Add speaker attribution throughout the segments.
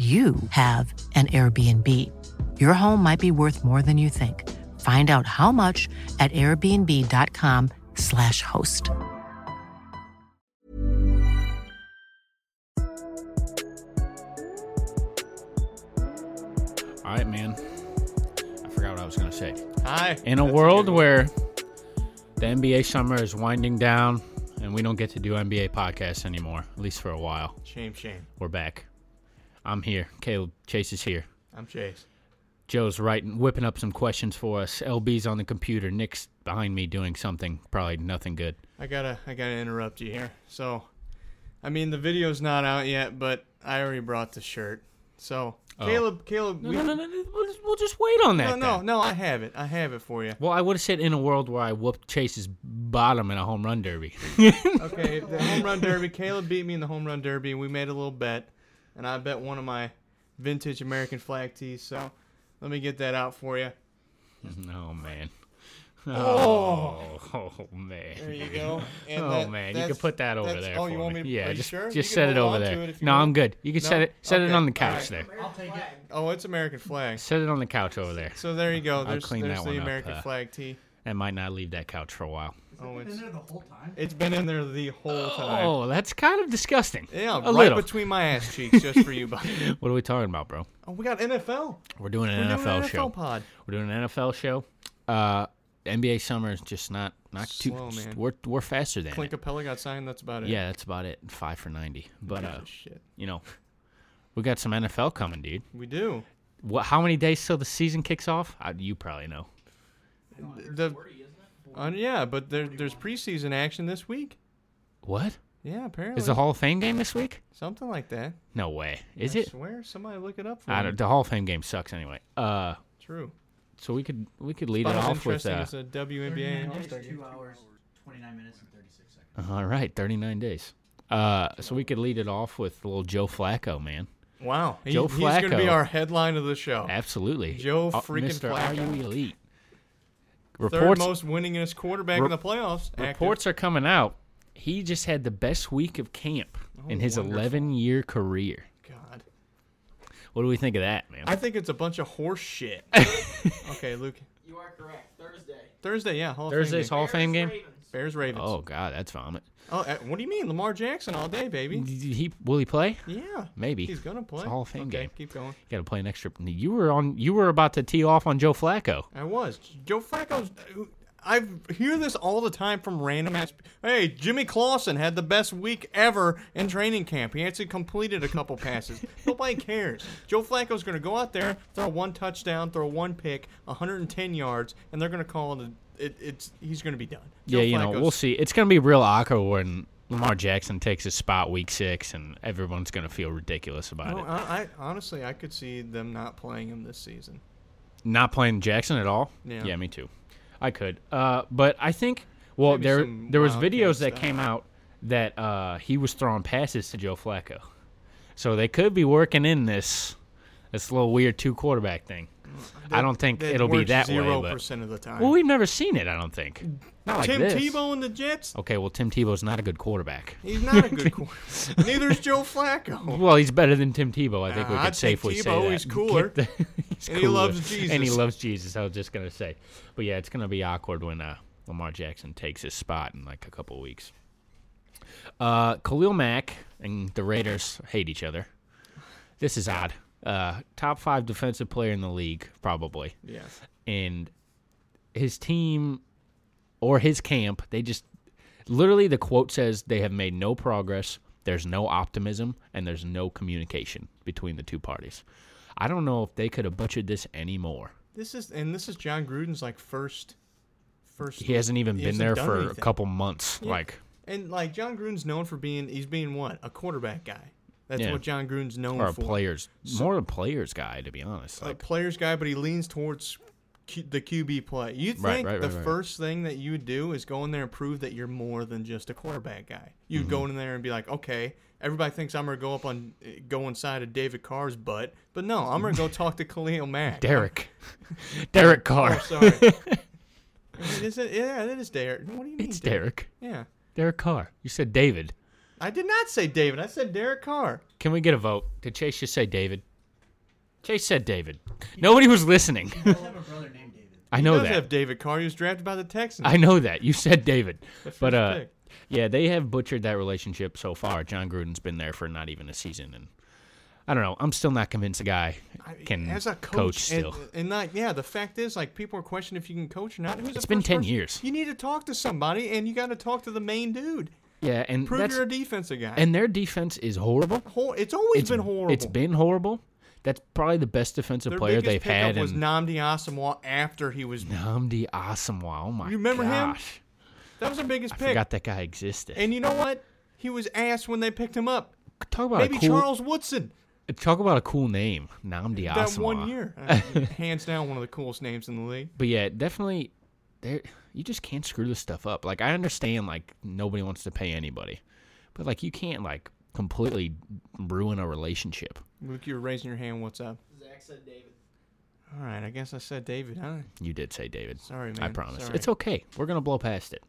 Speaker 1: you have an Airbnb. Your home might be worth more than you think. Find out how much at airbnb.com/slash host.
Speaker 2: All right, man. I forgot what I was going to say.
Speaker 3: Hi.
Speaker 2: In a world where the NBA summer is winding down and we don't get to do NBA podcasts anymore, at least for a while,
Speaker 3: Shame, shame.
Speaker 2: we're back. I'm here. Caleb Chase is here.
Speaker 3: I'm Chase.
Speaker 2: Joe's writing, whipping up some questions for us. LB's on the computer. Nick's behind me doing something, probably nothing good.
Speaker 3: I gotta, I gotta interrupt you here. So, I mean, the video's not out yet, but I already brought the shirt. So,
Speaker 2: Oh.
Speaker 3: Caleb, Caleb, we,
Speaker 2: No, no, no, no, We'll just, we'll just wait on that.
Speaker 3: no, no,
Speaker 2: then.
Speaker 3: no, I have it. I have it for you.
Speaker 2: Well, I would have said in a world where I whooped Chase's bottom in a home run derby.
Speaker 3: Okay, the home run derby. Caleb beat me in the home run derby, and we made a little bet, and I bet one of my vintage American flag tees. So, let me get that out for you.
Speaker 2: oh man. Oh, oh, man.
Speaker 3: There you go. And
Speaker 2: oh
Speaker 3: that-
Speaker 2: man, you
Speaker 3: that's-
Speaker 2: can put that over
Speaker 3: that's-
Speaker 2: there.
Speaker 3: Oh,
Speaker 2: for
Speaker 3: you want me? to-
Speaker 2: Yeah,
Speaker 3: are you
Speaker 2: just
Speaker 3: sure?
Speaker 2: just
Speaker 3: You can
Speaker 2: set it
Speaker 3: hold
Speaker 2: over
Speaker 3: on to
Speaker 2: there.
Speaker 3: it if you
Speaker 2: no,
Speaker 3: want.
Speaker 2: I'm good. You can
Speaker 3: No?
Speaker 2: set it set it
Speaker 3: Okay.
Speaker 2: on the
Speaker 3: All
Speaker 2: couch
Speaker 3: right.
Speaker 2: there.
Speaker 3: Oh, it's American flag.
Speaker 2: Set it on the couch over there.
Speaker 3: So there you go. There's,
Speaker 2: clean
Speaker 3: there's
Speaker 2: that
Speaker 3: the
Speaker 2: one up,
Speaker 3: American
Speaker 2: uh,
Speaker 3: flag tee.
Speaker 2: That might not leave that couch for a while.
Speaker 3: Oh, it's been there the whole time. It's been in there the whole time.
Speaker 2: Oh, that's kind of disgusting.
Speaker 3: Yeah,
Speaker 2: a
Speaker 3: right
Speaker 2: little.
Speaker 3: between my ass cheeks, just for you, buddy.
Speaker 2: what are we talking about, bro?
Speaker 3: Oh, we got NFL.
Speaker 2: We're doing an
Speaker 3: We're
Speaker 2: NFL
Speaker 3: doing an
Speaker 2: show.
Speaker 3: NFL pod.
Speaker 2: We're doing an NFL show. Uh, NBA summer is just not not
Speaker 3: Slow,
Speaker 2: too.
Speaker 3: man.
Speaker 2: We're we're faster than.
Speaker 3: Clint
Speaker 2: it.
Speaker 3: Capella got signed. That's about it.
Speaker 2: Yeah, that's about it. Five for ninety. But uh,
Speaker 3: Oh, shit.
Speaker 2: you know, we got some NFL coming, dude.
Speaker 3: We do.
Speaker 2: What? How many days till the season kicks off? Uh you probably know.
Speaker 3: The, uh, yeah, but there, there's preseason action this week.
Speaker 2: What?
Speaker 3: Yeah, apparently.
Speaker 2: Is the Hall of Fame game this week?
Speaker 3: Something like that.
Speaker 2: No way. Is
Speaker 3: I
Speaker 2: it?
Speaker 3: swear, somebody look it up for
Speaker 2: I
Speaker 3: me.
Speaker 2: don't, the Hall of Fame game sucks anyway. Uh,
Speaker 3: True.
Speaker 2: so we could we could lead
Speaker 3: About
Speaker 2: it
Speaker 3: as
Speaker 2: off with
Speaker 3: interesting
Speaker 2: uh,
Speaker 3: as a WNBA All-Star game.
Speaker 2: all uh-huh, right, thirty nine days. Uh, so we could lead it off with little Joe Flacco, man.
Speaker 3: Wow. He-
Speaker 2: Joe
Speaker 3: He's going to be
Speaker 2: Flacco.
Speaker 3: our headline of the show.
Speaker 2: Absolutely.
Speaker 3: Oh. Joe
Speaker 2: Uh,
Speaker 3: freaking
Speaker 2: Mr. Are
Speaker 3: Flacco.
Speaker 2: you elite?
Speaker 3: Third
Speaker 2: Reports
Speaker 3: most winningest quarterback in the playoffs. active.
Speaker 2: reports are coming out. He just had the best week of camp in his
Speaker 3: Oh, wonderful.
Speaker 2: eleven year career.
Speaker 3: God.
Speaker 2: What do we think of that, man?
Speaker 3: I think it's a bunch of horse shit. okay, Luke. You are correct. Thursday. Thursday, yeah. Hall of Fame
Speaker 2: Thursday's
Speaker 3: game.
Speaker 2: Hall of Fame game.
Speaker 3: Bears Ravens.
Speaker 2: Oh God, that's vomit.
Speaker 3: Oh, uh, what do you mean, Lamar Jackson all day, baby?
Speaker 2: D- He will he play?
Speaker 3: Yeah.
Speaker 2: Maybe.
Speaker 3: He's gonna play.
Speaker 2: It's a Hall of Fame
Speaker 3: okay,
Speaker 2: game.
Speaker 3: Keep going.
Speaker 2: Got to play an extra. You were on. You were about to tee off on Joe Flacco.
Speaker 3: I was Joe Flacco's. I hear this all the time from random ass. Hey, Jimmy Clausen had the best week ever in training camp. He actually completed a couple passes. Nobody cares. Joe Flacco's going to go out there, throw one touchdown, throw one pick, 110 yards, and they're going to call it. A, it it's he's going to be done. Joe
Speaker 2: yeah, you know,
Speaker 3: Flacco's-
Speaker 2: we'll see. It's gonna be real awkward when Lamar Jackson takes his spot week six, and everyone's gonna feel ridiculous about
Speaker 3: No,
Speaker 2: it.
Speaker 3: Oh, I, I honestly, I could see them not playing him this season.
Speaker 2: Not playing Jackson at all.
Speaker 3: Yeah.
Speaker 2: me too. I could. Uh, but I think. Well,
Speaker 3: Maybe
Speaker 2: there
Speaker 3: some
Speaker 2: there was
Speaker 3: wildcat
Speaker 2: videos that
Speaker 3: stuff.
Speaker 2: came out that uh, he was throwing passes to Joe Flacco. So they could be working in this this little weird two quarterback thing. I don't think
Speaker 3: That
Speaker 2: it'll be
Speaker 3: works
Speaker 2: that
Speaker 3: zero
Speaker 2: way. But,
Speaker 3: percent of the time.
Speaker 2: well, we've never seen it. I don't think. Not like
Speaker 3: Tim
Speaker 2: this.
Speaker 3: Tebow and the Jets.
Speaker 2: Okay, well Tim Tebow's not a good quarterback.
Speaker 3: He's not a good quarterback. Neither is Joe Flacco.
Speaker 2: Well, he's better than Tim Tebow. I think we
Speaker 3: Nah,
Speaker 2: could
Speaker 3: I'd take
Speaker 2: safely say
Speaker 3: Tebow.
Speaker 2: that.
Speaker 3: He's cooler.
Speaker 2: Get the- he's
Speaker 3: And he loves
Speaker 2: cooler. And he
Speaker 3: Jesus.
Speaker 2: loves Jesus. I was just gonna say, but yeah, it's gonna be awkward when uh, Lamar Jackson takes his spot in like a couple weeks. Uh, Khalil Mack and the Raiders hate each other. This is odd. Uh, top five defensive player in the league, probably
Speaker 3: Yeah.
Speaker 2: and his team or his camp, they just literally the quote says they have made no progress, there's no optimism, and there's no communication between the two parties. I don't know if they could have butchered this anymore.
Speaker 3: This is and this is John Gruden's like first first
Speaker 2: He hasn't even
Speaker 3: he
Speaker 2: been
Speaker 3: hasn't
Speaker 2: there
Speaker 3: done
Speaker 2: for a
Speaker 3: anything.
Speaker 2: couple months. Like
Speaker 3: And like John Gruden's known for being he's being what? A quarterback guy. That's
Speaker 2: Yeah.
Speaker 3: what John Gruden's known
Speaker 2: or a
Speaker 3: for.
Speaker 2: players more a players guy to be honest.
Speaker 3: A
Speaker 2: Like
Speaker 3: player's guy, but he leans towards Q, the QB play. You think
Speaker 2: Right, right,
Speaker 3: the
Speaker 2: right, right.
Speaker 3: first thing that you would do is go in there and prove that you're more than just a quarterback guy. You'd go
Speaker 2: Mm-hmm.
Speaker 3: in there and be like, okay, everybody thinks I'm gonna go up on go inside of David Carr's butt, but no, I'm gonna go talk to Khalil Mack.
Speaker 2: Derek. Derek
Speaker 3: Oh,
Speaker 2: Carr.
Speaker 3: sorry. is it, yeah, it is Derek. What do you mean?
Speaker 2: it's Derek.
Speaker 3: Yeah.
Speaker 2: Derek Carr. You said David.
Speaker 3: I did not say David. I said Derek Carr.
Speaker 2: Can we get a vote? Did Chase just say David? Chase said David. Nobody was listening. I know
Speaker 3: he does
Speaker 2: that.
Speaker 3: have David Carr. He was drafted by the Texans.
Speaker 2: I know that. You said David. But
Speaker 3: first
Speaker 2: uh
Speaker 3: pick.
Speaker 2: yeah, they have butchered that relationship so far. John Gruden's been there for not even a season and I don't know. I'm still not convinced the guy
Speaker 3: I-
Speaker 2: can
Speaker 3: as a coach,
Speaker 2: still.
Speaker 3: and, and not yeah. The fact is, like people are questioning if you can coach or not. Who's the
Speaker 2: It's been
Speaker 3: first
Speaker 2: 10
Speaker 3: person?
Speaker 2: years.
Speaker 3: You need to talk to somebody, and you got to talk to the main dude.
Speaker 2: yeah, and
Speaker 3: Prove
Speaker 2: that's
Speaker 3: you're a defensive guy.
Speaker 2: and their defense is horrible.
Speaker 3: Hor- it's always
Speaker 2: It's-
Speaker 3: been horrible.
Speaker 2: It's been horrible. That's probably the best defensive
Speaker 3: Their
Speaker 2: player
Speaker 3: biggest
Speaker 2: they've
Speaker 3: pickup
Speaker 2: had
Speaker 3: was
Speaker 2: in
Speaker 3: Namdi Asamoah after he was.
Speaker 2: Namdi Asamoah. Oh my
Speaker 3: You remember him?
Speaker 2: gosh.
Speaker 3: That was their biggest
Speaker 2: I
Speaker 3: pick.
Speaker 2: forgot that guy existed.
Speaker 3: And you know what? He was ass when they picked him up.
Speaker 2: Talk about
Speaker 3: Maybe
Speaker 2: a cool,
Speaker 3: Charles Woodson.
Speaker 2: Talk about a cool name, Namdi Asamoah.
Speaker 3: That one year, I mean, hands down, one of the coolest names in the league.
Speaker 2: But yeah, definitely, there you just can't screw this stuff up. Like I understand, like nobody wants to pay anybody, but like you can't like completely ruin a relationship.
Speaker 3: Luke, you were raising your hand. What's up? Zach said David. All right, I guess I said David, huh?
Speaker 2: You did say David.
Speaker 3: Sorry,
Speaker 2: I
Speaker 3: man.
Speaker 2: promise.
Speaker 3: Sorry.
Speaker 2: It's okay. We're gonna blow past it.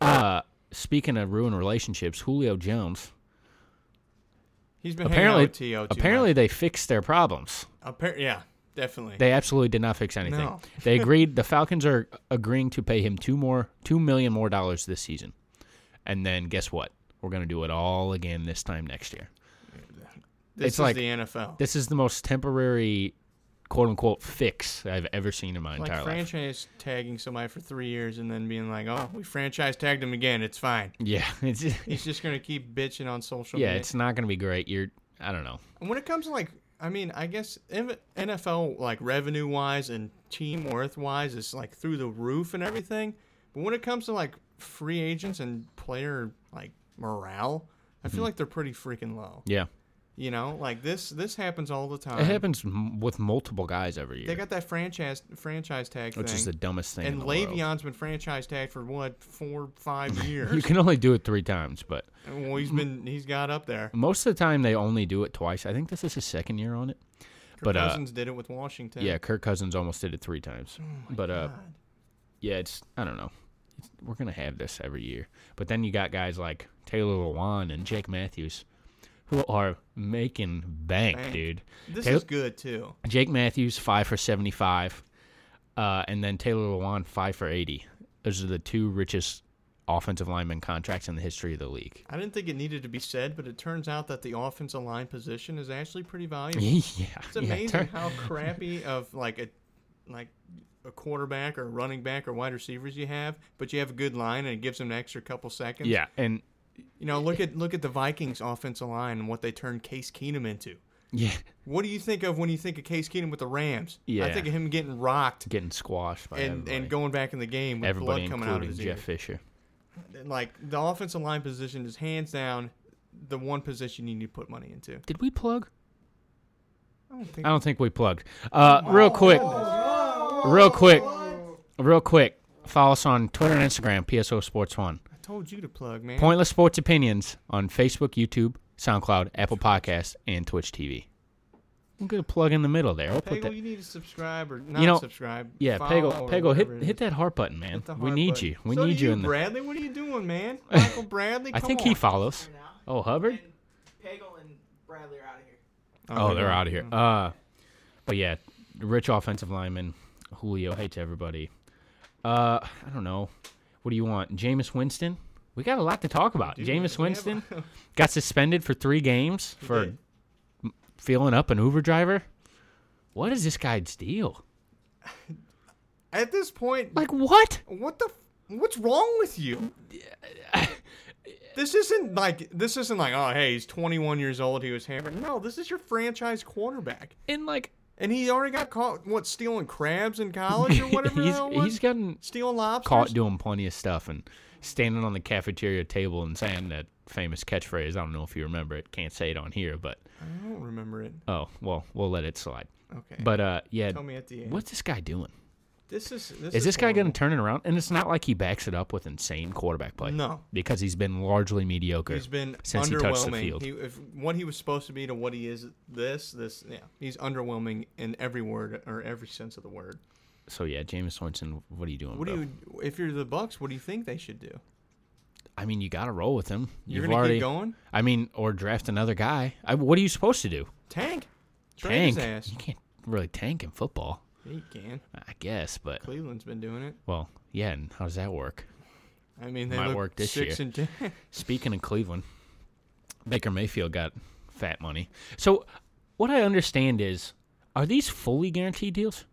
Speaker 2: Uh, speaking of ruin relationships, Julio Jones.
Speaker 3: He's been hanging
Speaker 2: Apparently,
Speaker 3: out with T.O. too
Speaker 2: apparently
Speaker 3: much.
Speaker 2: they fixed their problems.
Speaker 3: Appar- yeah, definitely.
Speaker 2: They absolutely did not fix anything.
Speaker 3: No.
Speaker 2: they agreed. The Falcons are agreeing to pay him two more, two million more dollars this season, and then guess what? We're gonna do it all again this time next year.
Speaker 3: this
Speaker 2: it's
Speaker 3: is
Speaker 2: like-
Speaker 3: the NFL.
Speaker 2: This is the most temporary, quote unquote, fix I've ever seen in my
Speaker 3: like
Speaker 2: entire life.
Speaker 3: franchise tagging somebody for three years and then being like, "Oh, we franchise tagged him again. It's fine."
Speaker 2: Yeah, it's
Speaker 3: He's just gonna keep bitching on social
Speaker 2: yeah,
Speaker 3: media.
Speaker 2: it's not gonna be great. You're, I don't know.
Speaker 3: And when it comes to like, I mean, I guess if- NFL like revenue wise and team worth wise is like through the roof and everything. But when it comes to like free agents and player like morale, I feel like they're pretty freaking low.
Speaker 2: Mm-hmm. Yeah,
Speaker 3: You know, like this this happens all the time.
Speaker 2: it happens m- with multiple guys every year,
Speaker 3: They got that franchise franchise tag
Speaker 2: which
Speaker 3: thing.
Speaker 2: is the dumbest thing. in
Speaker 3: and
Speaker 2: the world.
Speaker 3: Le'Veon's been franchise tagged for what four, five
Speaker 2: you
Speaker 3: years.
Speaker 2: can only do it three times, but
Speaker 3: well, he's been he's got up there.
Speaker 2: most of the time they only do it twice. I think this is his second year on it.
Speaker 3: Kirk
Speaker 2: But, uh,
Speaker 3: Cousins did it with Washington.
Speaker 2: Yeah, Kirk Cousins almost did it three times. but uh,
Speaker 3: Oh God.
Speaker 2: yeah, it's I don't know. It's, we're gonna have this every year. But then you got guys like Taylor Lewan and Jake Matthews, who are making bank,
Speaker 3: Bank.
Speaker 2: dude.
Speaker 3: this
Speaker 2: Taylor-
Speaker 3: is good too.
Speaker 2: Jake Matthews five for seventy five, uh, and then Taylor Lewan five for eighty. Those are the two richest offensive lineman contracts in the history of the league.
Speaker 3: I didn't think it needed to be said, but it turns out that the offensive line position is actually pretty valuable.
Speaker 2: yeah,
Speaker 3: It's
Speaker 2: yeah,
Speaker 3: amazing
Speaker 2: turn-
Speaker 3: how crappy of like a like a quarterback or running back or wide receivers you have, but you have a good line and it gives them an extra couple seconds.
Speaker 2: yeah, and
Speaker 3: You know, look at look at the Vikings offensive line and what they turned Case Keenum into.
Speaker 2: yeah,
Speaker 3: What do you think of when you think of Case Keenum with the Rams?
Speaker 2: Yeah.
Speaker 3: I think of him getting rocked
Speaker 2: getting squashed by
Speaker 3: and,
Speaker 2: everybody.
Speaker 3: and going back in the game with
Speaker 2: everybody,
Speaker 3: blood coming out of
Speaker 2: including
Speaker 3: his
Speaker 2: Jeff Fisher.
Speaker 3: ear. And, Like the offensive line position is hands down the one position you need to put money into.
Speaker 2: Did we plug?
Speaker 3: I don't think
Speaker 2: I don't think we plugged. Uh, real quick, real quick, real quick. Follow us on Twitter and Instagram, PSO Sports One.
Speaker 3: I told you to plug, man.
Speaker 2: Pointless Sports Opinions on Facebook, YouTube, SoundCloud, Apple Podcasts, and Twitch TV. I'm gonna plug in the middle there. I'll put
Speaker 3: Pagel,
Speaker 2: that.
Speaker 3: you need to subscribe or not
Speaker 2: know-
Speaker 3: subscribe.
Speaker 2: Yeah,
Speaker 3: follow
Speaker 2: Peggle,
Speaker 3: or
Speaker 2: Peggle,
Speaker 3: whatever
Speaker 2: hit
Speaker 3: it
Speaker 2: hit
Speaker 3: is.
Speaker 2: that heart button, man.
Speaker 3: Hit the
Speaker 2: We
Speaker 3: heart
Speaker 2: need
Speaker 3: button.
Speaker 2: you. We
Speaker 3: So
Speaker 2: need
Speaker 3: do
Speaker 2: you,
Speaker 3: you
Speaker 2: in there.
Speaker 3: Bradley, what are you doing, man? Michael Bradley,
Speaker 2: I
Speaker 3: come
Speaker 2: think
Speaker 3: on.
Speaker 2: he follows. Oh, Hubbard.
Speaker 4: Pagel and Bradley are out of here.
Speaker 2: Oh, they're out of here. Uh, but yeah, rich offensive lineman Julio. Hey to everybody. Uh, I don't know. What do you want, Jameis Winston? We got a lot to talk about. Jameis Winston got suspended for three games for
Speaker 3: did.
Speaker 2: m- feeling up an Uber driver. What is this guy's deal?
Speaker 3: At this point,
Speaker 2: Like what?
Speaker 3: what the? f- What's wrong with you? This isn't like this isn't like oh hey he's 21 years old he was hammered. No, this is your franchise quarterback,
Speaker 2: And like
Speaker 3: and he already got caught what stealing crabs in college or whatever. the
Speaker 2: he's
Speaker 3: hell it was?
Speaker 2: he's gotten
Speaker 3: stealing lobsters.
Speaker 2: caught doing plenty of stuff and standing on the cafeteria table and saying that famous catchphrase. I don't know if you remember it. Can't say it on here, but
Speaker 3: I don't remember it.
Speaker 2: Oh well, we'll let it slide.
Speaker 3: Okay,
Speaker 2: But uh, yeah,
Speaker 3: Tell me at the end.
Speaker 2: what's this guy doing?
Speaker 3: this is this
Speaker 2: Is this guy going
Speaker 3: horrible.
Speaker 2: to turn it around? And it's not like he backs it up with insane quarterback play.
Speaker 3: No.
Speaker 2: because he's been largely mediocre.
Speaker 3: He's been
Speaker 2: since he
Speaker 3: underwhelming.
Speaker 2: touched the field.
Speaker 3: He, if, what he was supposed to be to what he is this this yeah he's underwhelming in every word or every sense of the word.
Speaker 2: so yeah, Jameis Winston, what are you doing?
Speaker 3: What do
Speaker 2: bro?
Speaker 3: you if you're the Bucks? What do you think they should do?
Speaker 2: I mean, you got to roll with him.
Speaker 3: You're
Speaker 2: You've
Speaker 3: gonna
Speaker 2: already,
Speaker 3: keep going.
Speaker 2: I mean, or draft another guy. I, what are you supposed to do?
Speaker 3: Tank. Trade
Speaker 2: Tank.
Speaker 3: his ass.
Speaker 2: You can't really tank in football,
Speaker 3: Yeah, you can.
Speaker 2: I guess. But
Speaker 3: Cleveland's been doing it.
Speaker 2: well, yeah. And how does that work?
Speaker 3: I mean, they
Speaker 2: Might
Speaker 3: look
Speaker 2: work this
Speaker 3: six
Speaker 2: year.
Speaker 3: and ten.
Speaker 2: Speaking of Cleveland, Baker Mayfield got fat money. So, what I understand is, are these fully guaranteed deals?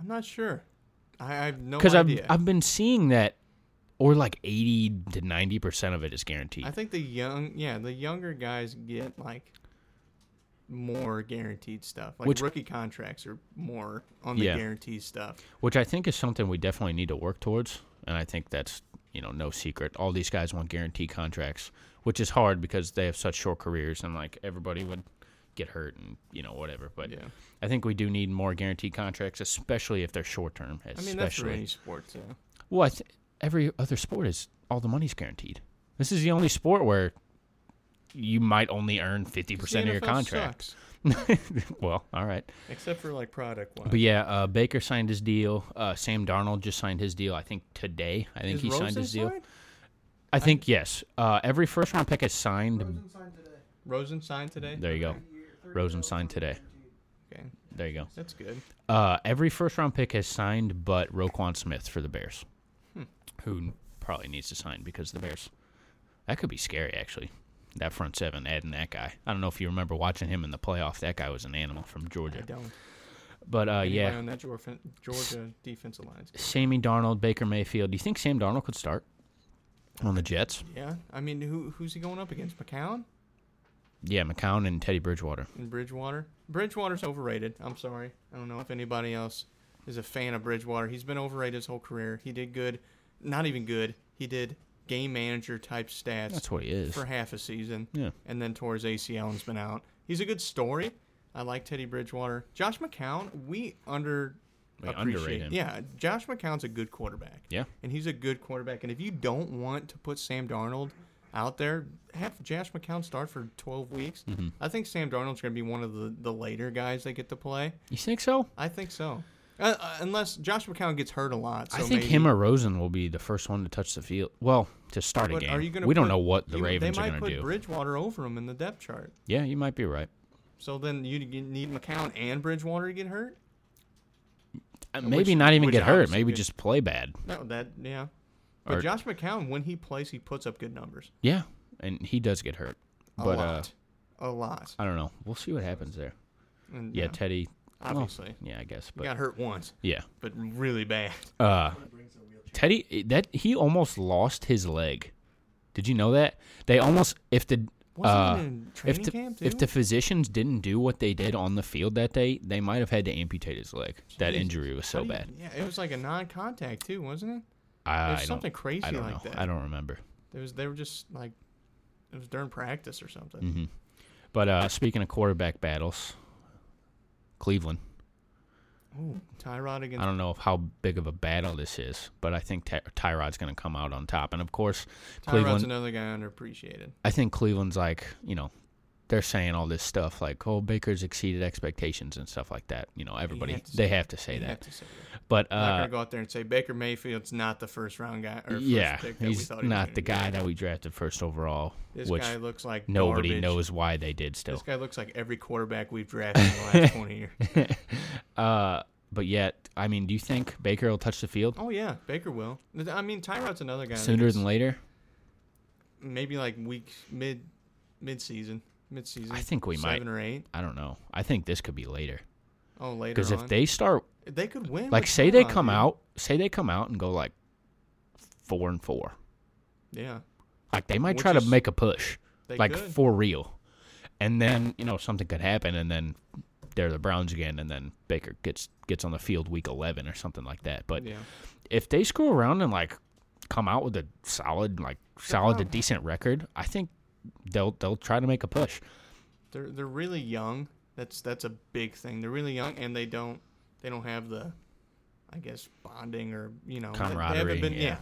Speaker 3: I'm not sure. I, I have no
Speaker 2: Because I've
Speaker 3: idea.
Speaker 2: I've been seeing that, or like eighty to ninety percent of it is guaranteed.
Speaker 3: I think the young, yeah, the younger guys get like more guaranteed stuff. Like
Speaker 2: Which-
Speaker 3: rookie contracts are more on the
Speaker 2: Yeah.
Speaker 3: guaranteed stuff.
Speaker 2: which I think is something we definitely need to work towards. And I think that's you know no secret. All these guys want guaranteed contracts, which is hard because they have such short careers, and like everybody would get hurt and you know whatever. But
Speaker 3: Yeah.
Speaker 2: I think we do need more guaranteed contracts, especially if they're short term.
Speaker 3: I
Speaker 2: Especially
Speaker 3: mean, that's for any sport too.
Speaker 2: Well, I th- every other sport is all the money's guaranteed. This is the only sport where you might only earn fifty percent of your contract.
Speaker 3: contracts,
Speaker 2: well, all right,
Speaker 3: except for like product wise.
Speaker 2: but yeah, uh, Baker signed his deal. Uh, Sam Darnold just signed his deal. I think today. I think he signed his deal. I think yes. Uh, every first round pick is signed.
Speaker 3: Rosen signed today.
Speaker 2: There you go. Rosen signed today.
Speaker 3: Okay,
Speaker 2: There you go.
Speaker 3: that's good.
Speaker 2: Uh, every first round pick has signed, but Roquan Smith for the Bears, who probably needs to sign because the Bears. That could be scary, actually. That front seven, adding that guy. I don't know if you remember watching him in the playoff. That guy was an animal from
Speaker 3: I
Speaker 2: Georgia.
Speaker 3: don't.
Speaker 2: But uh,
Speaker 3: Anybody
Speaker 2: yeah,
Speaker 3: on that Georgia, Georgia defensive lines.
Speaker 2: Sammy Darnold, Baker Mayfield. Do you think Sam Darnold could start on the Jets?
Speaker 3: Yeah, I mean, who who's he going up against? McCown
Speaker 2: Yeah, McCown and Teddy Bridgewater.
Speaker 3: and Bridgewater. Bridgewater's overrated. I'm sorry. I don't know if anybody else is a fan of Bridgewater. He's been overrated his whole career. He did good, not even good. He did game manager type stats.
Speaker 2: That's what he is.
Speaker 3: for half a season.
Speaker 2: Yeah.
Speaker 3: And then tore his ACL and's been out. He's a good story. I like Teddy Bridgewater. Josh McCown, we under
Speaker 2: We
Speaker 3: appreciate-
Speaker 2: underrate him.
Speaker 3: Yeah, Josh McCown's a good quarterback.
Speaker 2: Yeah.
Speaker 3: And he's a good quarterback. And if you don't want to put Sam Darnold out there, have Josh McCown start for 12 weeks.
Speaker 2: Mm-hmm.
Speaker 3: I think Sam Darnold's going to be one of the, the later guys they get to play.
Speaker 2: You think so?
Speaker 3: I think so. Uh, uh, unless Josh McCown gets hurt a lot. So
Speaker 2: I think
Speaker 3: maybe.
Speaker 2: him or Rosen will be the first one to touch the field. Well, to start a
Speaker 3: But
Speaker 2: game.
Speaker 3: are you gonna
Speaker 2: we don't
Speaker 3: put-
Speaker 2: know what the
Speaker 3: you-
Speaker 2: Ravens
Speaker 3: they
Speaker 2: are
Speaker 3: might
Speaker 2: going to
Speaker 3: put
Speaker 2: do.
Speaker 3: Bridgewater over him in the depth chart.
Speaker 2: yeah, you might be right.
Speaker 3: So then you you need McCown and Bridgewater to get hurt?
Speaker 2: Uh, Maybe
Speaker 3: which-
Speaker 2: not even
Speaker 3: which
Speaker 2: get hurt.
Speaker 3: obviously
Speaker 2: Maybe
Speaker 3: could-
Speaker 2: just play bad.
Speaker 3: No, that yeah. But
Speaker 2: Or-
Speaker 3: Josh McCown, when he plays, he puts up good numbers.
Speaker 2: Yeah, and he does get hurt.
Speaker 3: A
Speaker 2: but
Speaker 3: lot, a lot.
Speaker 2: Uh, I don't know. We'll see what happens there.
Speaker 3: And,
Speaker 2: Yeah,
Speaker 3: uh,
Speaker 2: Teddy. well,
Speaker 3: obviously.
Speaker 2: yeah, I guess.
Speaker 3: got
Speaker 2: But
Speaker 3: hurt once,
Speaker 2: yeah,
Speaker 3: but really bad.
Speaker 2: uh, Teddy i- that he almost lost his leg. Did you know that they almost if the
Speaker 3: Wasn't
Speaker 2: uh,
Speaker 3: it in
Speaker 2: if
Speaker 3: training
Speaker 2: the,
Speaker 3: camp,
Speaker 2: if
Speaker 3: too?
Speaker 2: the physicians didn't do what they did on the field that day, they might have had to amputate his leg. That injury was
Speaker 3: How
Speaker 2: so
Speaker 3: do you-
Speaker 2: bad.
Speaker 3: Yeah, it was like a non-contact too, wasn't it?
Speaker 2: I,
Speaker 3: There's
Speaker 2: I don't-
Speaker 3: something crazy
Speaker 2: I don't
Speaker 3: like
Speaker 2: know.
Speaker 3: that.
Speaker 2: I don't remember.
Speaker 3: It was they were just like it was during practice or something.
Speaker 2: But uh, speaking of quarterback battles, Cleveland
Speaker 3: Ooh, Tyrod
Speaker 2: I
Speaker 3: against.
Speaker 2: don't know if how big of a battle this is, but I think Ty- Tyrod's going to come out on top. And of course,
Speaker 3: Tyrod's
Speaker 2: Cleveland.
Speaker 3: another guy underappreciated.
Speaker 2: I think Cleveland's like, you know, they're saying all this stuff like, "Oh, Baker's exceeded expectations" and stuff like that. You know, everybody
Speaker 3: have to
Speaker 2: they
Speaker 3: say-
Speaker 2: have to say
Speaker 3: You have
Speaker 2: that.
Speaker 3: to say that.
Speaker 2: But
Speaker 3: I'm not
Speaker 2: uh,
Speaker 3: gonna go out there and say Baker Mayfield's not the first round guy. Or first
Speaker 2: yeah,
Speaker 3: pick that we
Speaker 2: he's
Speaker 3: thought he was
Speaker 2: not
Speaker 3: gonna be.
Speaker 2: the guy that we drafted first overall,
Speaker 3: This
Speaker 2: which
Speaker 3: guy looks like
Speaker 2: nobody
Speaker 3: garbage.
Speaker 2: knows why they did. Still,
Speaker 3: This guy looks like every quarterback we've drafted in the last 20 years.
Speaker 2: uh, but yet, I mean, do you think Baker will touch the field
Speaker 3: Oh yeah, Baker will. Th- I mean, Tyrod's another guy. that
Speaker 2: sooner
Speaker 3: gets-
Speaker 2: than later?
Speaker 3: maybe like week mid mid season, mid season.
Speaker 2: I think we might.
Speaker 3: seven or eight.
Speaker 2: I don't know. I think this could be later
Speaker 3: Oh, later
Speaker 2: because if
Speaker 3: on.
Speaker 2: they start
Speaker 3: they could win.
Speaker 2: like
Speaker 3: with
Speaker 2: say they
Speaker 3: Tyrod,
Speaker 2: come
Speaker 3: dude.
Speaker 2: out say they come out and go like four and four
Speaker 3: yeah,
Speaker 2: like they might
Speaker 3: Which
Speaker 2: try to
Speaker 3: is-
Speaker 2: make a push
Speaker 3: they
Speaker 2: like
Speaker 3: could.
Speaker 2: for real and then you know something could happen and then they're the browns again and then baker gets gets on the field week 11 or something like that but
Speaker 3: yeah,
Speaker 2: if they screw around and like come out with a solid like solid to decent record i think they'll they'll try to make a push
Speaker 3: they're they're really young. That's that's a big thing. They're really young, and they don't they don't have the, I guess, bonding or you know they- They
Speaker 2: Camaraderie,
Speaker 3: haven't been,
Speaker 2: yeah.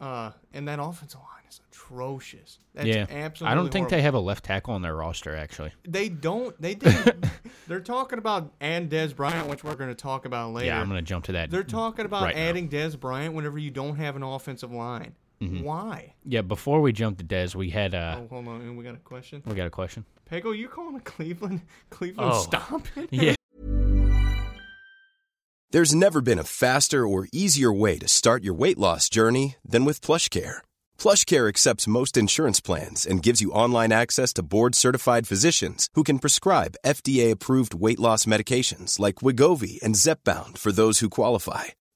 Speaker 3: yeah. Uh, and that offensive line is atrocious. That's
Speaker 2: yeah
Speaker 3: absolutely.
Speaker 2: i don't think
Speaker 3: horrible.
Speaker 2: they have a left tackle on their roster actually
Speaker 3: They don't. They didn't. they're talking about and Des Bryant, which we're going to talk about later.
Speaker 2: yeah i'm gonna jump to that
Speaker 3: They're talking about
Speaker 2: right now.
Speaker 3: adding Des Bryant whenever you don't have an offensive line. Why?
Speaker 2: yeah before we jump to dez we had Mm-hmm. uh
Speaker 3: oh, hold on. We got a question.
Speaker 2: we got a question
Speaker 3: Pego, you calling a Cleveland Cleveland
Speaker 2: Oh.
Speaker 3: stomp?
Speaker 2: Yeah.
Speaker 5: There's never been a faster or easier way to start your weight loss journey than with PlushCare. PlushCare accepts most insurance plans and gives you online access to board-certified physicians who can prescribe FDA-approved weight loss medications like Wigovi and Zepbound for those who qualify.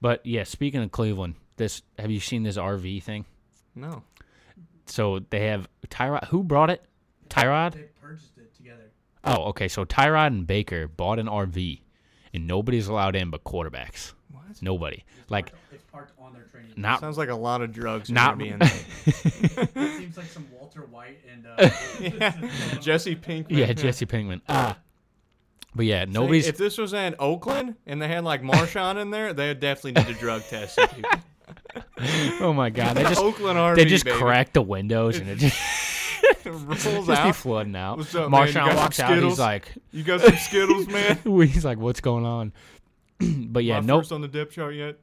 Speaker 2: but yeah, speaking of Cleveland, this have you seen this RV thing?
Speaker 3: no.
Speaker 2: So they have Tyrod. Who brought it? Tyrod. They purchased it together. Oh, okay. So Tyrod and Baker bought an RV, and nobody's allowed in but quarterbacks.
Speaker 3: What?
Speaker 2: Nobody. Like
Speaker 6: It's parked on their training.
Speaker 2: not
Speaker 3: Sounds like a lot of drugs. are
Speaker 2: Not-
Speaker 3: gonna be in there.
Speaker 6: It seems like some Walter White and uh,
Speaker 3: Jesse Pinkman.
Speaker 2: yeah Jesse Pinkman. Uh, but yeah,
Speaker 3: Say,
Speaker 2: nobody's.
Speaker 3: If this was in Oakland and they had like Marshawn in there, they would definitely need to drug test. the people.
Speaker 2: oh my God! They just
Speaker 3: Oakland RV.
Speaker 2: they just
Speaker 3: baby.
Speaker 2: cracked the windows and it just.
Speaker 3: Rolls
Speaker 2: Just be
Speaker 3: out.
Speaker 2: flooding out.
Speaker 3: What's up, man? You
Speaker 2: Marshawn
Speaker 3: got
Speaker 2: walks
Speaker 3: some
Speaker 2: out. He's
Speaker 3: Skittles?
Speaker 2: like,
Speaker 3: You got some Skittles, man.
Speaker 2: he's like, what's going on? but yeah,
Speaker 3: My
Speaker 2: no,
Speaker 3: first on the depth chart yet.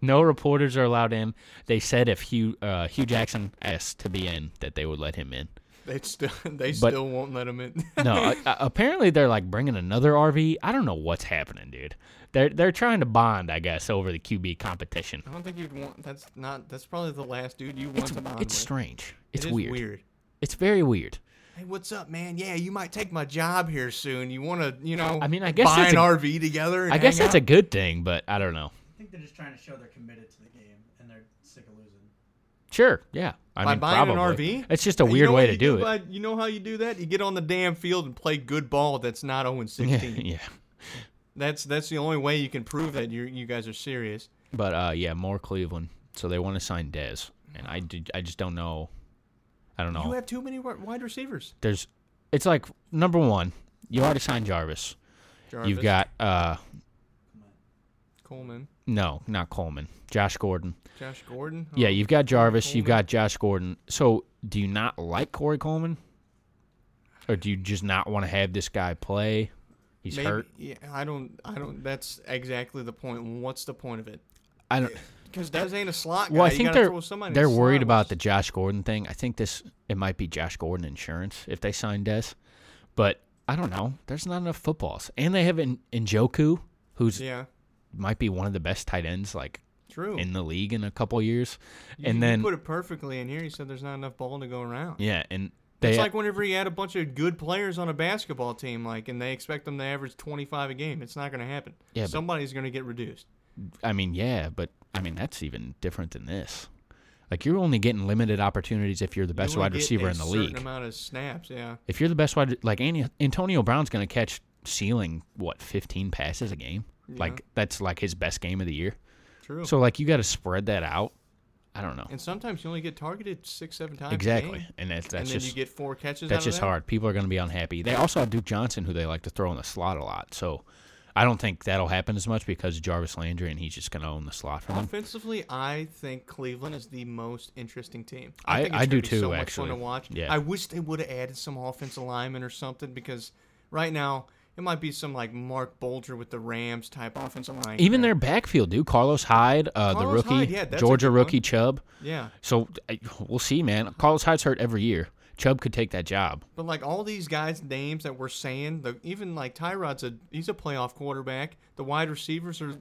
Speaker 2: no reporters are allowed in. They said if Hugh uh, Hugh Jackson asked to be in, that they would let him in.
Speaker 3: They still they
Speaker 2: But-
Speaker 3: still won't let him in.
Speaker 2: No, I, I- apparently they're like bringing another RV. I don't know what's happening, dude. They're they're trying to bond, I guess, over the QB competition.
Speaker 3: I don't think you'd want. That's not. That's probably the last dude you want
Speaker 2: It's,
Speaker 3: to bond
Speaker 2: it's
Speaker 3: with.
Speaker 2: strange.
Speaker 3: It
Speaker 2: It's
Speaker 3: is
Speaker 2: weird. It's very weird.
Speaker 3: Hey, what's up, man? Yeah, you might take my job here soon. You want to, you know?
Speaker 2: I mean, I guess
Speaker 3: buy
Speaker 2: that's
Speaker 3: an
Speaker 2: a-
Speaker 3: RV together. And
Speaker 2: I guess
Speaker 3: hang
Speaker 2: that's a
Speaker 3: out?
Speaker 2: good thing, but I don't know.
Speaker 6: I think they're just trying to show they're committed to the game and they're sick of losing.
Speaker 2: Sure, yeah. I
Speaker 3: by
Speaker 2: mean,
Speaker 3: buying
Speaker 2: probably.
Speaker 3: an RV.
Speaker 2: It's just a
Speaker 3: You
Speaker 2: weird
Speaker 3: know what
Speaker 2: way to
Speaker 3: you
Speaker 2: do it.
Speaker 3: by- you know how you do that? You get on the damn field and play good ball. That's not 0
Speaker 2: yeah,
Speaker 3: 16.
Speaker 2: yeah.
Speaker 3: That's that's the only way you can prove that you you guys are serious.
Speaker 2: But uh, yeah, more Cleveland. So they want to sign Dez, and I did, I just don't know. I don't know.
Speaker 3: You have too many wi- wide receivers.
Speaker 2: There's, it's like number one, you already signed Jarvis.
Speaker 3: Jarvis,
Speaker 2: You've got uh,
Speaker 3: Coleman,
Speaker 2: no, not Coleman, Josh Gordon.
Speaker 3: Josh Gordon.
Speaker 2: yeah,
Speaker 3: Oh,
Speaker 2: you've got Jarvis. You've
Speaker 3: Coleman.
Speaker 2: got Josh Gordon. So do you not like Corey Coleman, or do you just not want to have this guy play? He's
Speaker 3: maybe-
Speaker 2: hurt.
Speaker 3: Yeah, I don't. I don't. That's exactly the point. What's the point of it?
Speaker 2: I don't.
Speaker 3: because Dez ain't a slot guy.
Speaker 2: Well, I
Speaker 3: you
Speaker 2: think
Speaker 3: gotta
Speaker 2: they're
Speaker 3: throw somebody in
Speaker 2: they're
Speaker 3: the slot
Speaker 2: worried
Speaker 3: with
Speaker 2: about
Speaker 3: us.
Speaker 2: the Josh Gordon thing. I think this it might be Josh Gordon insurance if they sign Des, but I don't know. There's not enough footballs, and they have in Njoku, who's
Speaker 3: Yeah,
Speaker 2: might be one of the best tight ends like
Speaker 3: true.
Speaker 2: in the league in a couple years,
Speaker 3: You-
Speaker 2: and
Speaker 3: you
Speaker 2: then
Speaker 3: put it perfectly in here. You said there's not enough ball to go around.
Speaker 2: yeah, and they
Speaker 3: It's like whenever you add a bunch of good players on a basketball team, like, and they expect them to average 25 a game. It's not going to happen.
Speaker 2: Yeah, but-
Speaker 3: Somebody's going to get reduced.
Speaker 2: I mean, yeah, but I mean that's even different than this. Like you're only getting limited opportunities if you're the
Speaker 3: You
Speaker 2: best
Speaker 3: only
Speaker 2: wide
Speaker 3: get
Speaker 2: receiver
Speaker 3: a
Speaker 2: in the
Speaker 3: certain
Speaker 2: league.
Speaker 3: amount of snaps, yeah.
Speaker 2: If you're the best wide, like Ani- Antonio Brown's going to catch ceiling what 15 passes a game. Like that's like his best game of the year.
Speaker 3: True.
Speaker 2: So like you got to spread that out. I don't know
Speaker 3: and sometimes you only get targeted six, seven times. a
Speaker 2: exactly,
Speaker 3: game,
Speaker 2: and that's
Speaker 3: and
Speaker 2: that's
Speaker 3: then
Speaker 2: just
Speaker 3: you get four catches. out
Speaker 2: that's
Speaker 3: of
Speaker 2: just
Speaker 3: that.
Speaker 2: hard. People are going to be unhappy. They also have Duke Johnson, who they like to throw in the slot a lot. So I don't think that'll happen as much because Jarvis Landry and he's just going to own the slot for them.
Speaker 3: Offensively, I think Cleveland is the most interesting team.
Speaker 2: I-
Speaker 3: think
Speaker 2: I
Speaker 3: it's
Speaker 2: do
Speaker 3: gonna be
Speaker 2: too,
Speaker 3: So much
Speaker 2: actually.
Speaker 3: fun to watch.
Speaker 2: Yeah.
Speaker 3: I wish they would have added some offensive linemen or something because right now it might be some like Mark Bolger with the Rams type offensive line. crap.
Speaker 2: Even their backfield, dude. Carlos Hyde, uh, the
Speaker 3: Carlos
Speaker 2: rookie,
Speaker 3: Hyde, yeah, that's a
Speaker 2: Georgia
Speaker 3: good one.
Speaker 2: rookie Chubb.
Speaker 3: yeah.
Speaker 2: So I, we'll see, man. Carlos Hyde's hurt every year. Chubb could take that job.
Speaker 3: But like all these guys' names that we're saying, the, even like Tyrod's a he's a playoff quarterback. The wide receivers are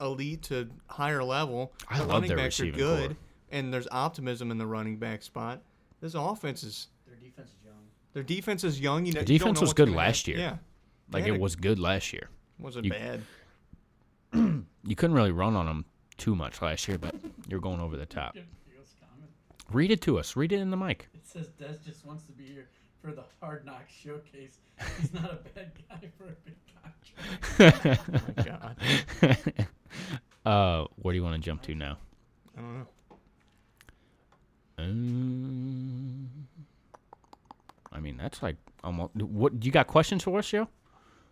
Speaker 3: elite to higher level.
Speaker 2: I
Speaker 3: the
Speaker 2: love
Speaker 3: running
Speaker 2: their
Speaker 3: backs are
Speaker 2: receiving
Speaker 3: good,
Speaker 2: core.
Speaker 3: and there's optimism in the running back spot. This offense is
Speaker 6: Their defense is young.
Speaker 3: their defense is young. You know,
Speaker 2: Their
Speaker 3: you don't
Speaker 2: defense
Speaker 3: know
Speaker 2: was
Speaker 3: what's
Speaker 2: good
Speaker 3: gonna
Speaker 2: last
Speaker 3: happen.
Speaker 2: year.
Speaker 3: Yeah,
Speaker 2: Like
Speaker 3: Yeah,
Speaker 2: it was good last year.
Speaker 3: wasn't
Speaker 2: you-
Speaker 3: bad.
Speaker 2: You couldn't really run on them too much last year, but you're going over the top. Read it to us. Read it in the mic.
Speaker 6: It says Des just wants to be here for the Hard Knock Showcase. He's not a bad guy for a big contract.
Speaker 3: God,
Speaker 2: uh, where do you want to jump to now?
Speaker 3: I don't know.
Speaker 2: Um, I mean, that's like almost. What you got questions for us, Joe?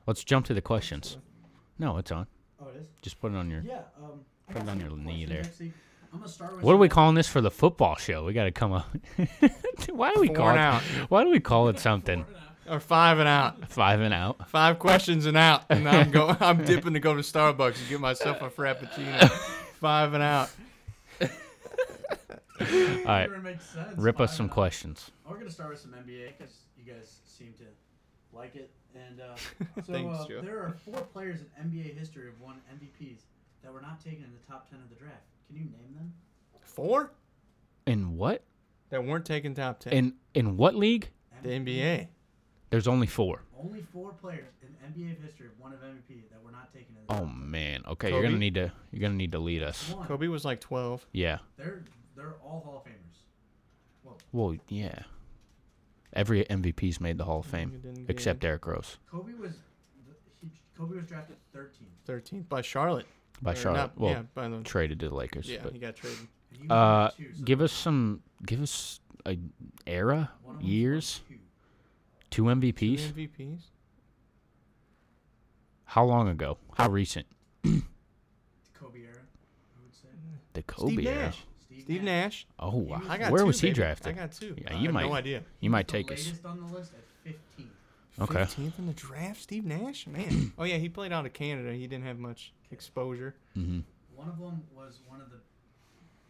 Speaker 2: Let's jump to the questions. No, it's on.
Speaker 6: Oh, it is.
Speaker 2: Just put it on your.
Speaker 6: Yeah. Um. I
Speaker 2: Put it
Speaker 6: got some
Speaker 2: on your knee
Speaker 6: questions,
Speaker 2: there.
Speaker 6: actually. I'm gonna start with.
Speaker 2: What are
Speaker 6: some
Speaker 2: we
Speaker 6: that-
Speaker 2: calling this for the football show? We got to come up. why do we call
Speaker 3: Four
Speaker 2: it?
Speaker 3: and out.
Speaker 2: Why do we call it something?
Speaker 3: Or five and out.
Speaker 2: Five and out.
Speaker 3: Five questions and out, and I'm going. I'm dipping to go to Starbucks and get myself a frappuccino. Five and out.
Speaker 2: All right,
Speaker 6: It makes sense.
Speaker 2: rip us
Speaker 6: Fine.
Speaker 2: some questions.
Speaker 6: We're gonna start with some NBA because you guys seem to like it. And uh, so
Speaker 3: Thanks,
Speaker 6: uh,
Speaker 3: Joe.
Speaker 6: there are four players in NBA history have won MVPs that were not taken in the top ten of the draft. Can you name them?
Speaker 3: Four
Speaker 2: In what?
Speaker 3: that weren't taking top ten.
Speaker 2: In in what league?
Speaker 3: the NBA.
Speaker 2: There's only four.
Speaker 6: Only four players in NBA history have won of MVP that were not taken in the
Speaker 2: Oh
Speaker 6: top
Speaker 2: man. Okay, you're gonna
Speaker 3: Kobe?
Speaker 2: need to you're gonna need to lead us.
Speaker 6: One,
Speaker 3: Kobe was like 12.
Speaker 2: Yeah.
Speaker 6: They're they're all Hall of Famers. Well,
Speaker 2: Well, yeah. Every MVP's made the Hall of Fame
Speaker 3: didn't get
Speaker 2: except Derrick Rose
Speaker 6: Kobe was th- he, Kobe was drafted 13th.
Speaker 3: 13th by Charlotte.
Speaker 2: by
Speaker 3: Or
Speaker 2: Charlotte.
Speaker 3: not-
Speaker 2: well,
Speaker 3: yeah, by the,
Speaker 2: traded to the Lakers.
Speaker 3: yeah,
Speaker 2: but-
Speaker 3: he got traded.
Speaker 6: And he was
Speaker 2: Uh,
Speaker 6: number two, so
Speaker 2: give us some. Give us a era,
Speaker 6: one of them's
Speaker 2: years,
Speaker 6: number two.
Speaker 3: Two
Speaker 2: two MVPs.
Speaker 3: MVPs.
Speaker 2: How long ago? How recent?
Speaker 6: Kobe era, I would say.
Speaker 2: The Kobe era.
Speaker 3: Nash. Mm. Steve Nash.
Speaker 2: Oh wow.
Speaker 3: I got
Speaker 2: Where
Speaker 3: two,
Speaker 2: was he
Speaker 3: baby.
Speaker 2: drafted?
Speaker 3: I got two.
Speaker 2: Yeah,
Speaker 3: I
Speaker 2: you
Speaker 3: have
Speaker 2: might.
Speaker 3: no idea.
Speaker 2: You might
Speaker 6: The
Speaker 2: take us.
Speaker 6: latest on the list at 15.
Speaker 2: Okay.
Speaker 3: 15th in the draft, Steve Nash? Man. oh, yeah, he played out of Canada. He didn't have much exposure.
Speaker 6: One of them was one of the.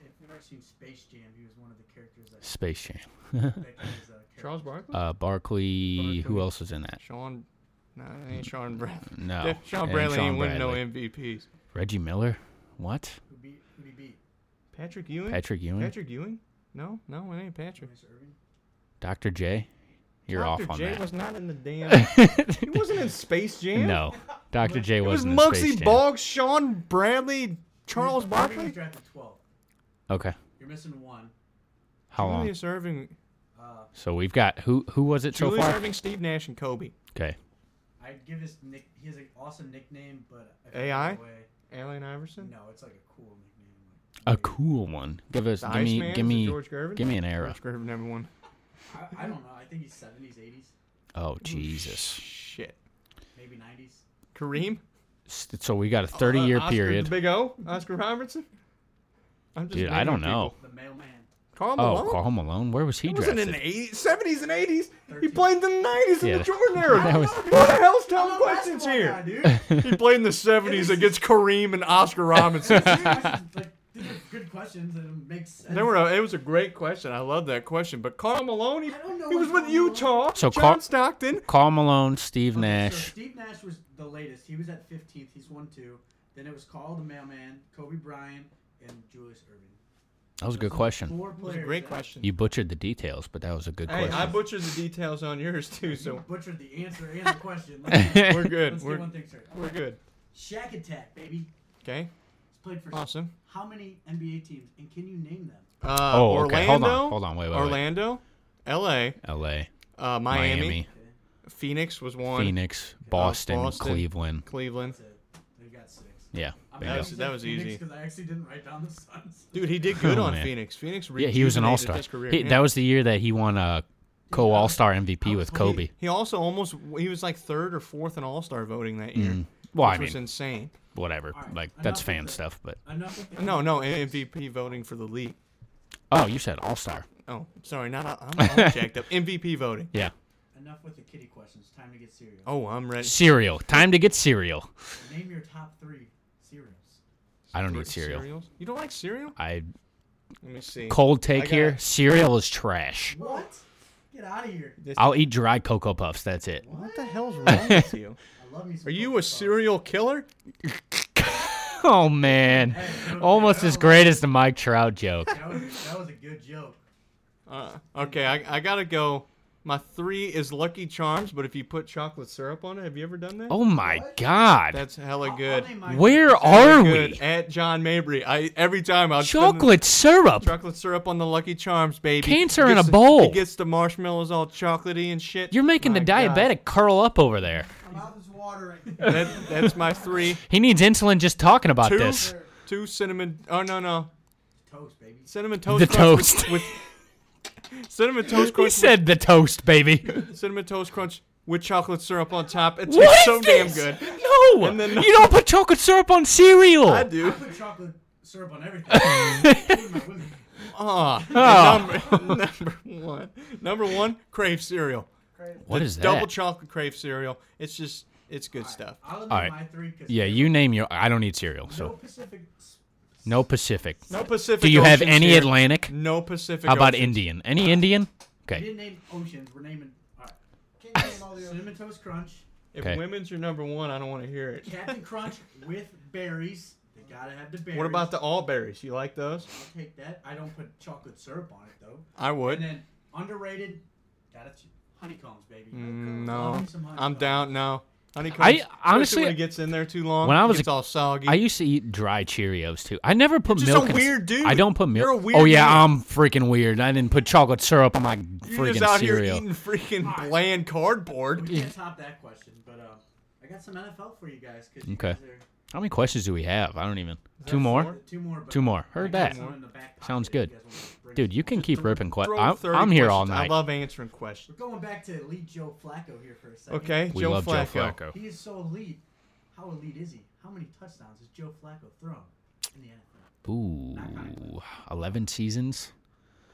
Speaker 6: If you've ever seen Space Jam, he was one of the characters that.
Speaker 2: Space Jam.
Speaker 6: that was, uh,
Speaker 3: Charles Barkley?
Speaker 2: Uh, Barkley. Who
Speaker 3: Barkley.
Speaker 2: else is in that?
Speaker 3: Sean. No, that ain't Sean Bradley.
Speaker 2: Mm, No,
Speaker 3: Def- Sean
Speaker 2: ain't
Speaker 3: Bradley
Speaker 2: Sean
Speaker 3: ain't winning no
Speaker 2: Bradley.
Speaker 3: MVPs.
Speaker 2: Reggie Miller. What?
Speaker 6: Who beat? Who did he beat?
Speaker 3: Patrick Ewing?
Speaker 2: Patrick Ewing.
Speaker 3: Patrick Ewing? No, no, it ain't Patrick.
Speaker 6: Miss Irving.
Speaker 2: Dr. J. You're
Speaker 3: Dr.
Speaker 2: off on
Speaker 3: J
Speaker 2: that.
Speaker 3: was not in the damn. he wasn't in Space Jam.
Speaker 2: No, Dr. J
Speaker 3: It was
Speaker 2: wasn't. in Space
Speaker 3: Muggsy
Speaker 2: Jam.
Speaker 3: Boggs, Sean Bradley, Charles
Speaker 6: Irving
Speaker 3: Barkley.
Speaker 6: was drafted 12.
Speaker 2: Okay.
Speaker 6: You're missing one.
Speaker 2: How long?
Speaker 3: Julius Irving,
Speaker 6: Uh,
Speaker 2: So we've got who? Who was it so
Speaker 3: Julius
Speaker 2: far?
Speaker 3: Irving, Steve Nash, and Kobe.
Speaker 2: Okay.
Speaker 6: I'd give his nick. He has an awesome nickname, but I forget
Speaker 3: AI?
Speaker 6: the way-
Speaker 3: Allen Iverson.
Speaker 6: No, it's like a cool nickname. Like,
Speaker 2: A cool one. Give us.
Speaker 3: The
Speaker 2: Give me.
Speaker 3: Iceman,
Speaker 2: Give
Speaker 3: is it
Speaker 2: me.
Speaker 3: George Gervin?
Speaker 2: Give me an era.
Speaker 3: George Gervin, number one.
Speaker 6: I, I don't know. I think he's 70s, 80s,
Speaker 2: Oh Jesus!
Speaker 3: Shit.
Speaker 6: maybe 90s.
Speaker 3: Kareem.
Speaker 2: S- So we got a 30 year
Speaker 3: Oscar,
Speaker 2: period.
Speaker 3: The big O. Oscar Robertson. I'm just
Speaker 2: Dude, I
Speaker 3: naming
Speaker 2: don't know.
Speaker 3: people.
Speaker 6: The mailman.
Speaker 3: Carl Malone.
Speaker 2: Oh, Carl Malone. Where was he,
Speaker 3: he
Speaker 2: drafted?
Speaker 3: wasn't in the 80s, 70s and 80s. He
Speaker 6: Thirteen.
Speaker 3: played in the 90s in
Speaker 2: Yeah.
Speaker 3: the Jordan era.
Speaker 2: That was-
Speaker 3: what the hell's telling
Speaker 6: I'm a
Speaker 3: questions here?
Speaker 6: basketball guy, dude.
Speaker 3: He played in the 70s against Kareem and Oscar Robinson.
Speaker 6: Like, did you questions and it makes sense.
Speaker 3: There were a, it was a great question. I love that question. But Carl Maloney,
Speaker 6: I don't know
Speaker 3: he
Speaker 6: what
Speaker 3: was with
Speaker 6: Karl Malone-
Speaker 3: Utah.
Speaker 2: So
Speaker 3: John
Speaker 2: Karl-
Speaker 3: Stockton.
Speaker 2: Carl Malone, Steve
Speaker 6: Okay, So
Speaker 2: Nash.
Speaker 6: Steve Nash was the latest. He was at 15th. He's won two. Then it was Carl the Mailman, Kobe Bryant, and Julius Irving.
Speaker 2: That was a good question.
Speaker 6: Four
Speaker 3: It was
Speaker 6: players.
Speaker 3: a great
Speaker 6: that-
Speaker 3: question.
Speaker 2: You butchered the details, but that was a good
Speaker 3: Hey, I
Speaker 2: question.
Speaker 3: butchered the details on yours too,
Speaker 6: You
Speaker 3: so
Speaker 6: butchered the answer and the question. Let's, let's
Speaker 3: we're good.
Speaker 6: get
Speaker 3: we're,
Speaker 6: one thing straight.
Speaker 3: we're good.
Speaker 6: Shaq Attack, baby.
Speaker 3: Okay.
Speaker 6: He's played for
Speaker 3: Awesome.
Speaker 6: how many NBA teams, and can you name them?
Speaker 3: Uh,
Speaker 2: Oh,
Speaker 3: Orlando.
Speaker 2: okay. Hold on, hold on, wait, wait, wait.
Speaker 3: Orlando, L.A.,
Speaker 2: L.A.,
Speaker 3: uh, Miami,
Speaker 2: Miami,
Speaker 3: Phoenix was one.
Speaker 2: Phoenix, Boston,
Speaker 3: Boston.
Speaker 2: Cleveland.
Speaker 3: Cleveland.
Speaker 6: That's it. They got six.
Speaker 2: Yeah.
Speaker 3: That
Speaker 2: bingo.
Speaker 3: was- that was easy.
Speaker 6: Because I actually didn't write down the Suns.
Speaker 3: Dude, he did good
Speaker 2: Oh,
Speaker 3: on
Speaker 2: man.
Speaker 3: Phoenix. Phoenix.
Speaker 2: Yeah, he was an
Speaker 3: rejuvenated
Speaker 2: All Star.
Speaker 3: his career. Yeah.
Speaker 2: That was the year that he won a co All Star MVP with Kobe.
Speaker 3: He also almost he was like third or fourth in All Star voting that year.
Speaker 2: Well,
Speaker 3: which
Speaker 2: Mm. I
Speaker 3: was
Speaker 2: mean,
Speaker 3: insane.
Speaker 2: whatever.
Speaker 6: All right,
Speaker 2: Like
Speaker 6: enough
Speaker 2: that's
Speaker 6: with
Speaker 2: fan
Speaker 6: that.
Speaker 2: stuff, but
Speaker 6: Enough with that.
Speaker 3: No, no MVP voting for the league.
Speaker 2: oh, you said All Star.
Speaker 3: Oh, sorry, not I'm all jacked up. MVP voting.
Speaker 2: Yeah.
Speaker 6: Enough with the kitty questions. Time to get serious.
Speaker 3: Oh, I'm ready.
Speaker 2: Cereal. Time to get cereal.
Speaker 6: Name your top three cereals.
Speaker 2: I don't
Speaker 3: Three
Speaker 2: need cereal.
Speaker 3: Cereals? You don't like cereal?
Speaker 2: I
Speaker 3: Let me see.
Speaker 2: cold
Speaker 3: I
Speaker 2: take
Speaker 3: got-
Speaker 2: here. Cereal is trash.
Speaker 6: What? Get out of here.
Speaker 2: I'll eat dry cocoa puffs. That's it.
Speaker 3: What the hell's wrong with you?
Speaker 6: I love me some
Speaker 3: Are you
Speaker 6: Cocoa
Speaker 3: a
Speaker 6: Puffs.
Speaker 3: serial killer?
Speaker 2: Oh man, almost as great as the Mike Trout joke.
Speaker 6: That was, that was a good joke.
Speaker 3: Uh, okay, I, I gotta go. My three is Lucky Charms, but if you put chocolate syrup on it, have you ever done that?
Speaker 2: Oh my god,
Speaker 3: That's hella
Speaker 6: I'll-
Speaker 3: good.
Speaker 6: I'll name mine.
Speaker 2: where
Speaker 3: Hella
Speaker 2: are
Speaker 3: good.
Speaker 2: we?
Speaker 3: At John Mabry, I every time I
Speaker 2: Chocolate syrup.
Speaker 3: chocolate syrup on the Lucky Charms, baby.
Speaker 2: Cancer
Speaker 3: He
Speaker 2: in
Speaker 3: gets
Speaker 2: a
Speaker 3: the-
Speaker 2: bowl.
Speaker 3: he gets the marshmallows all chocolatey and shit.
Speaker 2: You're making
Speaker 3: My
Speaker 2: the
Speaker 3: God.
Speaker 2: diabetic curl up over there.
Speaker 6: My mouth is watering.
Speaker 3: That, that's my three.
Speaker 2: He needs insulin just talking about
Speaker 3: two,
Speaker 2: this.
Speaker 3: two cinnamon. Oh no no,
Speaker 6: Toast, baby.
Speaker 3: cinnamon toast.
Speaker 2: The
Speaker 3: crunch
Speaker 2: toast.
Speaker 3: With, with cinnamon toast
Speaker 2: He
Speaker 3: crunch.
Speaker 2: said the toast, baby.
Speaker 3: with, cinnamon toast crunch with chocolate syrup on top. It
Speaker 2: What
Speaker 3: tastes
Speaker 2: is
Speaker 3: so damn
Speaker 2: this?
Speaker 3: good.
Speaker 2: No,
Speaker 3: And then-
Speaker 2: you don't put chocolate syrup on cereal.
Speaker 3: I do.
Speaker 6: I put chocolate syrup on everything. including my women.
Speaker 3: Ah, and number, number one. Number one, crave cereal.
Speaker 2: what is that?
Speaker 3: Double chocolate crave cereal. It's just, it's good stuff.
Speaker 6: I'll name
Speaker 2: right.
Speaker 6: my three. 'cause
Speaker 2: yeah, you name your. I don't eat cereal,
Speaker 6: No
Speaker 2: so
Speaker 6: Pacific. s-
Speaker 2: no Pacific.
Speaker 3: No Pacific.
Speaker 2: Do you have
Speaker 3: Oceans
Speaker 2: any
Speaker 3: here.
Speaker 2: Atlantic?
Speaker 3: No Pacific.
Speaker 2: How about
Speaker 3: Oceans.
Speaker 2: Indian? Any Indian?
Speaker 6: We
Speaker 2: Okay.
Speaker 6: didn't name oceans. We're naming. All right.
Speaker 4: Can you name all the other?
Speaker 6: Cinnamon Toast Crunch,
Speaker 3: If
Speaker 2: Okay.
Speaker 3: women's your number one, I don't want to hear it.
Speaker 6: Captain Crunch with berries. They gotta have the berries.
Speaker 3: What about the all berries? You like those?
Speaker 6: I'll take that. I don't put chocolate syrup on it though.
Speaker 3: I would.
Speaker 6: And then underrated. Got it. Honeycombs, baby.
Speaker 3: Mm,
Speaker 6: Love
Speaker 3: no,
Speaker 6: me some
Speaker 3: I'm
Speaker 6: honeycombs.
Speaker 3: down. No, honeycombs.
Speaker 2: I-
Speaker 3: especially
Speaker 2: honestly-
Speaker 3: when it gets in there too long,
Speaker 2: When I was
Speaker 3: it gets
Speaker 2: a-
Speaker 3: all soggy.
Speaker 2: I used to eat dry Cheerios too. I never put
Speaker 3: You're just
Speaker 2: milk.
Speaker 3: a
Speaker 2: in
Speaker 3: weird dude.
Speaker 2: I don't put
Speaker 3: You're a
Speaker 2: milk.
Speaker 3: weird
Speaker 2: Oh yeah,
Speaker 3: dude.
Speaker 2: I'm freaking weird. I didn't put chocolate syrup on my
Speaker 3: You're
Speaker 2: freaking
Speaker 3: just out
Speaker 2: cereal.
Speaker 3: here eating freaking bland cardboard.
Speaker 6: We can't top that question, but uh, I got some NFL for you guys. 'cause you
Speaker 2: Okay.
Speaker 6: guys are-
Speaker 2: How many questions do we have? I don't even. Two more.
Speaker 3: four?
Speaker 6: two more. But
Speaker 2: Two more. Heard
Speaker 6: I got
Speaker 2: that.
Speaker 6: some in the back pocket
Speaker 2: Sounds
Speaker 6: if you
Speaker 2: good.
Speaker 6: guys wanna bring
Speaker 2: Dude,
Speaker 6: some
Speaker 2: you
Speaker 6: more.
Speaker 2: can keep ripping questions.
Speaker 3: Throw
Speaker 2: I'm,
Speaker 3: 30
Speaker 2: I'm here all
Speaker 3: questions.
Speaker 2: night.
Speaker 3: I love answering questions.
Speaker 6: We're going back to elite Joe Flacco here for a second.
Speaker 3: Okay,
Speaker 2: we
Speaker 3: Joe,
Speaker 2: love
Speaker 3: Flacco.
Speaker 2: Joe Flacco.
Speaker 6: He is so elite. How elite is he? How many touchdowns has Joe Flacco thrown in the NFL?
Speaker 2: Ooh, 11 seasons?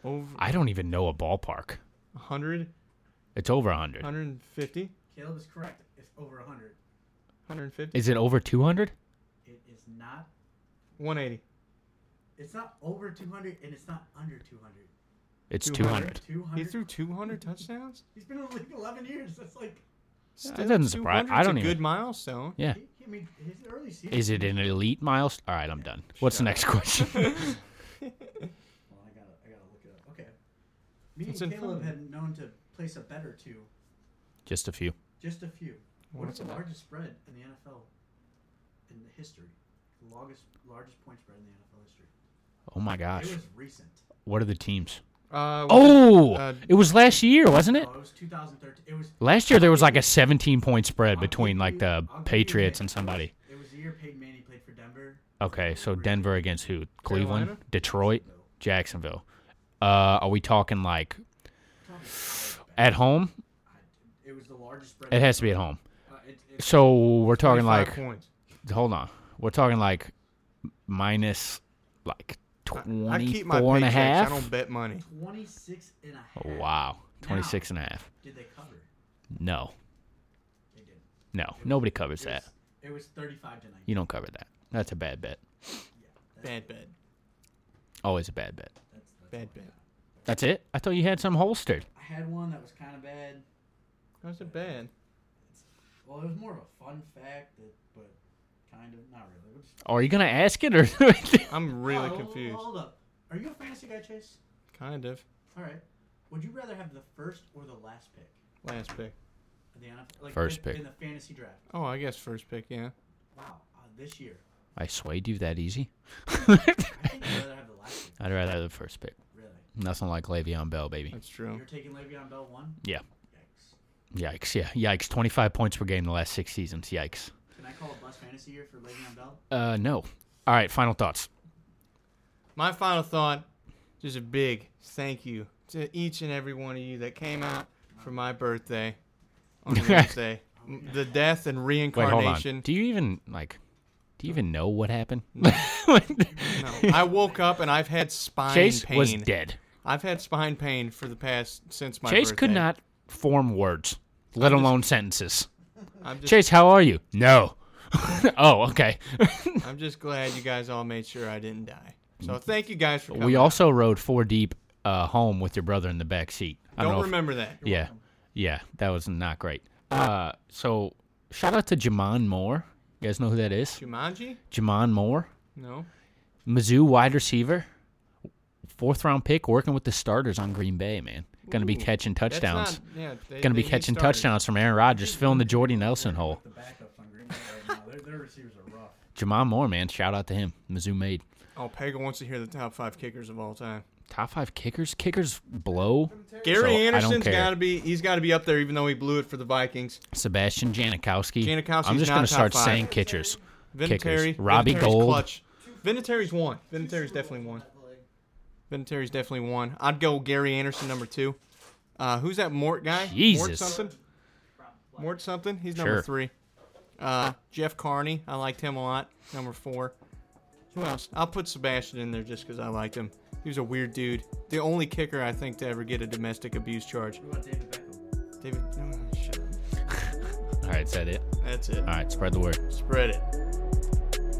Speaker 3: Over
Speaker 2: I don't even know a ballpark.
Speaker 3: 100,
Speaker 2: It's over 100.
Speaker 3: 150,
Speaker 6: Caleb is correct. It's over 100.
Speaker 3: 150,
Speaker 2: Is it over 200?
Speaker 6: It is not.
Speaker 3: 180.
Speaker 6: It's not over 200, and it's not under 200.
Speaker 2: It's
Speaker 3: 200.
Speaker 2: 200.
Speaker 6: 200.
Speaker 3: He threw 200 touchdowns.
Speaker 6: He's been in the league 11 years. That's like,
Speaker 3: Still,
Speaker 2: doesn't surprise-
Speaker 3: 200's
Speaker 2: I don't
Speaker 3: a
Speaker 2: even-
Speaker 3: good milestone.
Speaker 2: Yeah.
Speaker 6: he, he made his early season.
Speaker 2: Is it an elite milestone? All right, I'm done. What's the next question?
Speaker 6: Well, I gotta, I gotta look it up. Okay. Me
Speaker 3: It's in
Speaker 6: and Caleb
Speaker 3: front of you.
Speaker 6: had known to place a bet or two,
Speaker 2: Just a few.
Speaker 6: just a few.
Speaker 3: What
Speaker 6: What's
Speaker 3: is
Speaker 6: the
Speaker 3: it?
Speaker 6: largest spread in the NFL in the history? The longest, largest point spread in the NFL history.
Speaker 2: Oh my gosh.
Speaker 6: It was recent.
Speaker 2: What are the teams?
Speaker 3: Uh, what
Speaker 2: Oh,
Speaker 3: uh,
Speaker 2: it was last year, wasn't it?
Speaker 6: Oh, it was 2013. It was
Speaker 2: Last year there was like a 17 point
Speaker 6: I'll
Speaker 2: spread
Speaker 6: give
Speaker 2: between like
Speaker 6: you-
Speaker 2: the
Speaker 6: I'll give you
Speaker 2: Patriots
Speaker 6: the-
Speaker 2: and somebody.
Speaker 6: It was the year Peyton Manning played for Denver.
Speaker 2: Okay, so Denver against who? Cleveland,
Speaker 3: Carolina?
Speaker 2: Detroit, Jacksonville. Uh, are we talking like at home?
Speaker 6: It was the largest spread.
Speaker 2: It has to be at home.
Speaker 6: Uh, it, it,
Speaker 2: So we're talking
Speaker 3: 25
Speaker 2: like
Speaker 3: points.
Speaker 2: hold on. We're talking like minus like
Speaker 3: I
Speaker 2: 24
Speaker 3: keep my
Speaker 2: and a
Speaker 3: paychecks. I
Speaker 2: half.
Speaker 3: don't bet money.
Speaker 6: 26 and a half.
Speaker 2: Oh, wow.
Speaker 6: Now,
Speaker 2: 26 and a half.
Speaker 6: Did they cover?
Speaker 2: No.
Speaker 6: They did.
Speaker 2: No. Nobody covers
Speaker 6: It was-
Speaker 2: that.
Speaker 6: It was 35 to 19.
Speaker 2: You don't cover that. That's a bad bet.
Speaker 3: Bad bet.
Speaker 2: Always a bad bet.
Speaker 3: Bad bet.
Speaker 2: That's it? I thought you had some holstered.
Speaker 6: I had one that was kind of bad.
Speaker 3: How's it bad?
Speaker 6: Well, it was more of a fun fact, that, but kind of not really. We'll just-
Speaker 2: Are you going to ask it or.
Speaker 3: I'm really
Speaker 6: Oh,
Speaker 3: confused.
Speaker 6: Hold up. Are you a fantasy guy, Chase?
Speaker 3: Kind of.
Speaker 6: All right. Would you rather have the first or the last pick?
Speaker 3: Last pick.
Speaker 6: of The NFL, like
Speaker 2: First
Speaker 6: in,
Speaker 2: pick.
Speaker 6: in the fantasy draft.
Speaker 3: Oh, I guess first pick, yeah.
Speaker 6: Wow, uh, this year
Speaker 2: I swayed you that easy?
Speaker 6: I think I'd rather have the last pick.
Speaker 2: I'd rather have the first pick.
Speaker 6: Really,
Speaker 2: Nothing like Le'Veon Bell, baby.
Speaker 3: That's true.
Speaker 6: you're taking Le'Veon Bell one.
Speaker 2: Yeah.
Speaker 6: Yikes!
Speaker 2: Yikes. Yeah. Yikes. 25 points per game the last six seasons. Yikes.
Speaker 6: Can I call it bust fantasy year for Le'Veon Bell?
Speaker 2: Uh, no. All right. Final thoughts.
Speaker 3: My final thought just a big thank you to each and every one of you that came out for my birthday on Wednesday. M- the death and
Speaker 2: Wait, hold
Speaker 3: reincarnation.
Speaker 2: on. Do you even, like, do you even know what happened?
Speaker 3: No, I woke up and I've had spine
Speaker 2: Chase
Speaker 3: pain.
Speaker 2: was dead.
Speaker 3: I've had spine pain for the past since my
Speaker 2: Chase could
Speaker 3: birthday.
Speaker 2: not form words, let alone sentences.
Speaker 3: I'm just,
Speaker 2: Chase, how are you? No. oh, okay.
Speaker 3: I'm just glad you guys all made sure I didn't die. So thank you guys for coming.
Speaker 2: we also rode four deep uh, home with your brother in the back seat. I
Speaker 3: don't
Speaker 2: know if-
Speaker 3: remember that.
Speaker 2: yeah, yeah, that was not great. Uh, so shout out to Jamon Moore. You guys know who that is?
Speaker 3: Jumanji?
Speaker 2: Jamon Moore,
Speaker 3: No.
Speaker 2: Mizzou wide receiver, fourth round pick, working with the starters on Green Bay. Man, gonna be catching
Speaker 3: That's
Speaker 2: touchdowns.
Speaker 3: not- yeah, they-
Speaker 2: gonna be
Speaker 3: they need
Speaker 2: catching
Speaker 3: starters.
Speaker 2: touchdowns from Aaron Rodgers, filling the Jordy Nelson hole.
Speaker 6: The backups on Green Bay right now, their, their receivers are rough.
Speaker 2: Jamon Moore, man, shout out to him. Mizzou made.
Speaker 3: Oh, Pega wants to hear the top five kickers of all time.
Speaker 2: Top five kickers. Kickers blow. So,
Speaker 3: Gary
Speaker 2: I don't
Speaker 3: Anderson's
Speaker 2: care.
Speaker 3: got to be. He's got to be up there, even though he blew it for the Vikings.
Speaker 2: Sebastian Janikowski.
Speaker 3: Janikowski's
Speaker 2: I'm just
Speaker 3: not
Speaker 2: gonna
Speaker 3: top
Speaker 2: start
Speaker 3: five.
Speaker 2: saying kitchers.
Speaker 3: Vinatieri,
Speaker 2: Kickers. Robbie
Speaker 3: Vinatieri's
Speaker 2: Gold.
Speaker 3: Clutch. Vinatieri's one. Vinatieri's definitely one. Vinatieri's definitely one. I'd go Gary Anderson number two. Uh, who's that Mort guy? Mort
Speaker 2: Jesus.
Speaker 3: something. Mort something. He's
Speaker 2: Sure.
Speaker 3: number three. Uh, Jeff Carney. I liked him a lot. Number four. Who else? I'll put Sebastian in there just because I liked him. He was a weird dude. The only kicker I think to ever get a domestic abuse charge.
Speaker 6: What about David Beckham?
Speaker 3: David. No, shut up.
Speaker 2: All right, is that it?
Speaker 3: That's it.
Speaker 2: All right, spread the word.
Speaker 3: Spread it.